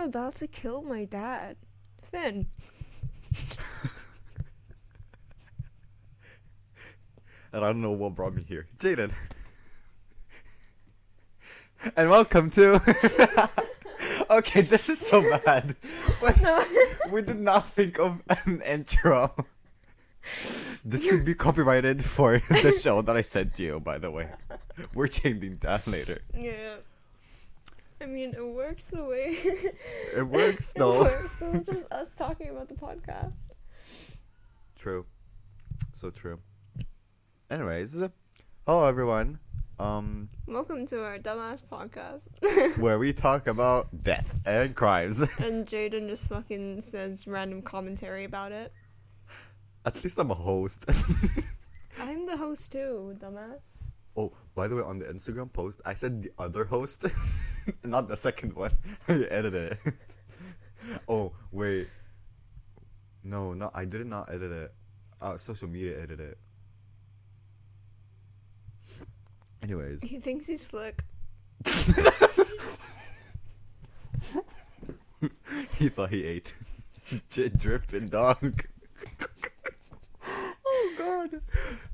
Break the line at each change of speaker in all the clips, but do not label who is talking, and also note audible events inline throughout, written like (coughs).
about to kill my dad. Finn.
And I don't know what brought me here. Jaden. (laughs) and welcome to. (laughs) okay, this is so bad. Wait, (laughs) we did not think of an intro. This could be copyrighted for the show that I sent you, by the way. We're changing that later.
Yeah. I mean, it works the way (laughs)
It works
it (laughs)
though.
works. It's
(laughs)
just us talking about the podcast.
True. So true. Anyways, hello everyone. Um,
Welcome to our dumbass (laughs) podcast.
where we talk about death and crimes. (laughs)
and Jaden just fucking says random commentary about it.
At least I'm a host. (laughs)
I'm the host too, dumbass.
oh, by the way, on the Instagram post, I said the other host, (laughs) not the second one. (laughs) I edited it. (laughs) oh wait, no, no, I did not edit it. Uh, social media edited it. Anyways, (laughs)
He thinks he's slick.
he thought he ate. (laughs) Shit dripping dog. oh god.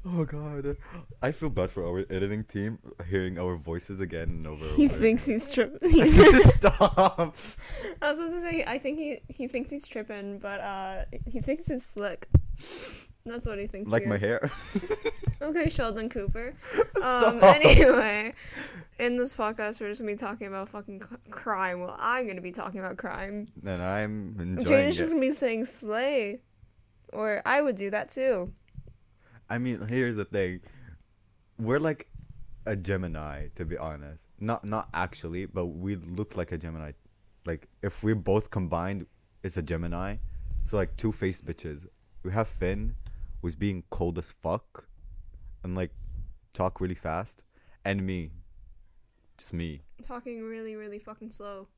Oh god. I feel bad for our editing team hearing our voices again and over. and
He
over
thinks he's (laughs) tripping.
again. (laughs) Stop.
I was supposed to say I think he he thinks he's tripping, but uh he thinks he's slick. That's what he thinks.
Like
he
my
is.
hair.
Okay, Sheldon Cooper. Um,
(laughs) Stop.
anyway, in this podcast, we're just gonna be talking about fucking c- crime. Well, I'm gonna be talking about crime.
(laughs) And I'm enjoying
Jaden's just
it.
gonna be saying slay, or I would do that too.
I mean, here's the thing. We're like a Gemini, to be honest. Not not actually, but we look like a Gemini. Like if we're both combined, it's a Gemini. So like two faced bitches. We have Finn, who's being cold as fuck, and like talk really fast, and me. Just me. (laughs)
Talking really, really fucking slow.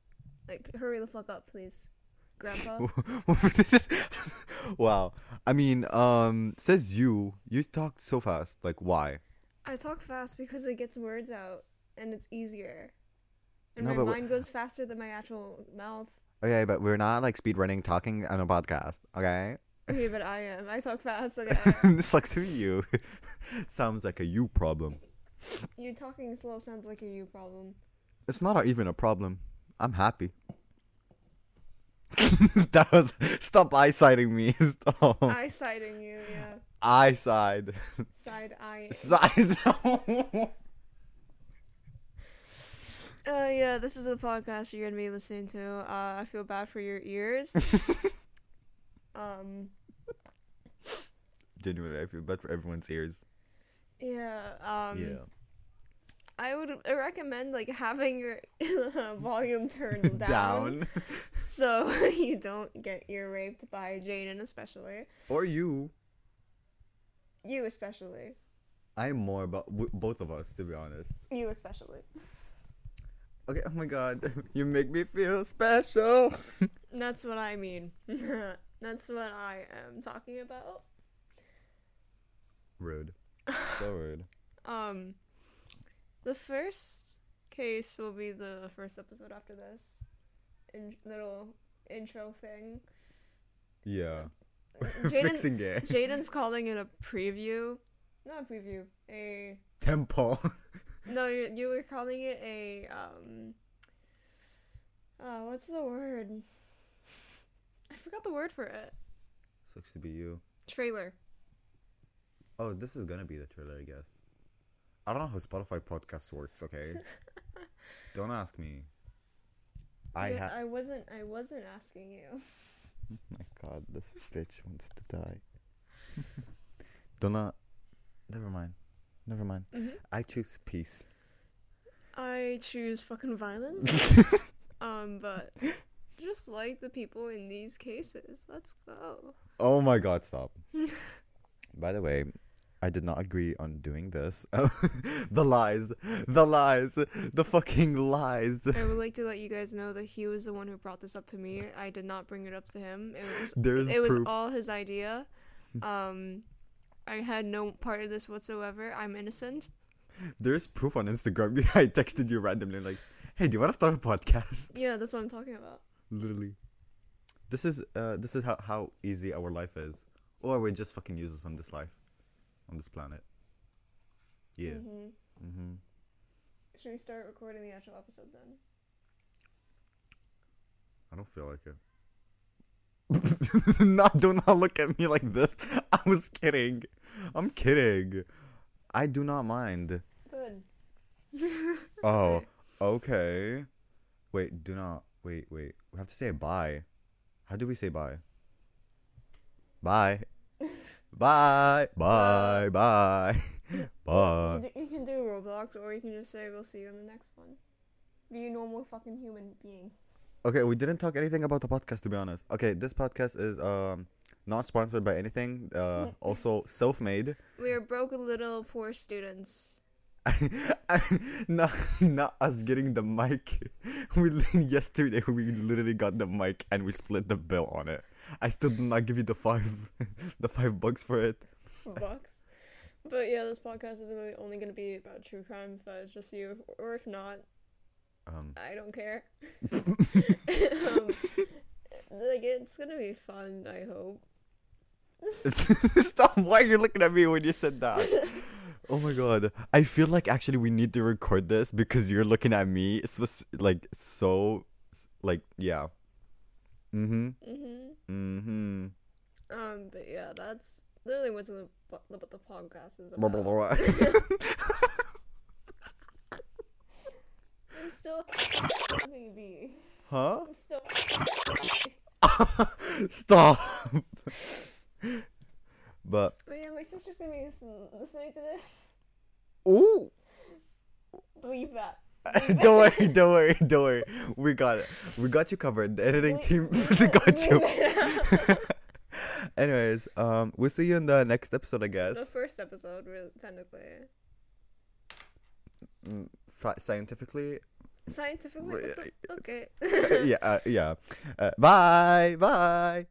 Like, hurry the fuck up, please,
(laughs)
Grandpa.
wow. I mean, um, says you. You talk so fast. Like why?
I talk fast because it gets words out and it's easier. And
No,
my
but wh-
mind goes faster than my actual mouth.
Okay, but we're not like speed running talking on a podcast, okay? (laughs)
Okay, but I am. I talk fast. Okay.
this sucks to you. (laughs) Sounds like a you problem.
you talking slow sounds like a you problem.
It's not a- even a problem. I'm happy. (laughs) that was stop eye siding me. (laughs) Stop
I siding you, yeah.
eye side
Side eye.
side.
Uh, yeah, this is the podcast you're gonna be listening to. Uh, I feel bad for your ears. um,
(laughs) Genuinely, I feel bad for everyone's ears.
yeah. Um,
yeah.
I would I recommend like having your (laughs) volume turned down,
(laughs) Down.
so (laughs) you don't get ear raped by Jaden, especially
or you.
you, especially
I'm more about w- both of us, to be honest.
you, especially.
Okay. Oh my god, (laughs) you make me feel special.
That's what I mean. (laughs) That's what I am talking about.
Rude. So rude.
Um, the first case will be the first episode after this in- little intro
(laughs)
thing.
Yeah.
Jaden-
(laughs) Fixing it.
Jaden's calling it a preview, not a preview. A
Temple.
no, you, you were calling it a um. Uh, what's the word? I forgot the word for it.
(laughs) Sucks to be you.
Trailer.
Oh, this is gonna be the trailer, I guess. I don't know how Spotify podcasts
(laughs)
works. Okay. don't ask me. I
Yeah,
ha- Oh
I wasn't. I wasn't asking you.
My God, this bitch wants to die. (laughs) don't. a- Never mind. Never mind.
Mm-hmm.
I choose peace.
I choose fucking violence. Um, but just like the people in these cases, let's go.
Oh my god, stop.
(laughs)
By the way, I did not agree on doing this. (laughs) the lies. The lies. The fucking lies.
I would like to let you guys know that he was the one who brought this up to me. I did not bring it up to him. It was
(laughs)
just,
There's
it was
proof.
all his idea. Um, I had no part of this whatsoever. I'm innocent.
There's proof (laughs) on Instagram. I texted you randomly like, "Hey, do you want to start a podcast?" (laughs)
Yeah, that's what I'm talking about.
Literally. This is uh this is how, how easy our life is. Or we're just fucking useless on this life. On this planet. Yeah.
hmm
Mm-hmm.
Should we start recording the actual episode then?
I don't feel like it. (laughs) no, do not look at me like this. (laughs) I was kidding. I'm kidding. I do not mind.
Good.
Oh, okay. Wait, do not. Wait, wait. We have to say bye. How do we say bye? Bye. Bye. Bye. Bye. Bye.
you, d- you can do Roblox, or you can just say we'll see you in the next one. Be a normal fucking human being.
Okay, we didn't talk anything about the podcast to be honest. Okay, this podcast is um not sponsored by anything. Uh, also self-made.
We are broke, little, poor students.
(laughs) not not us getting the mic. (laughs) We li- yesterday we literally got the mic and we split the bill on it. I still did not give you the five, (laughs) the five bucks for it.
Bucks. But yeah, this podcast is really only going to be about true crime if that is just you, or if not,
Um, (laughs)
I don't (laughs) care. um, like it's gonna be fun. I hope.
stop! Why you're looking at me when you said that? Oh my god! I feel like actually we need to record this because you're looking at me. It's was like so, like yeah. Mhm.
hmm
Mhm.
Um, but yeah, that's literally what's the what the, what the podcast is
Blah, blah, (laughs)
about.
blah.
I'm still baby.
huh?
I'm still.
Stop. but
But yeah, my sister's gonna be listen- listening to this.
ooh, (laughs)
Believe that.
don't worry, don't worry, don't worry. We got it. We got you covered. The editing team (laughs) got
(laughs)
you. Anyways, um, we'll see you in the next episode,
The
I guess.
first episode, really, technically.
Mm, fa- Scientifically,
Scientifically,
Wait, (coughs)
okay.
yeah, uh, yeah. Uh, bye, bye.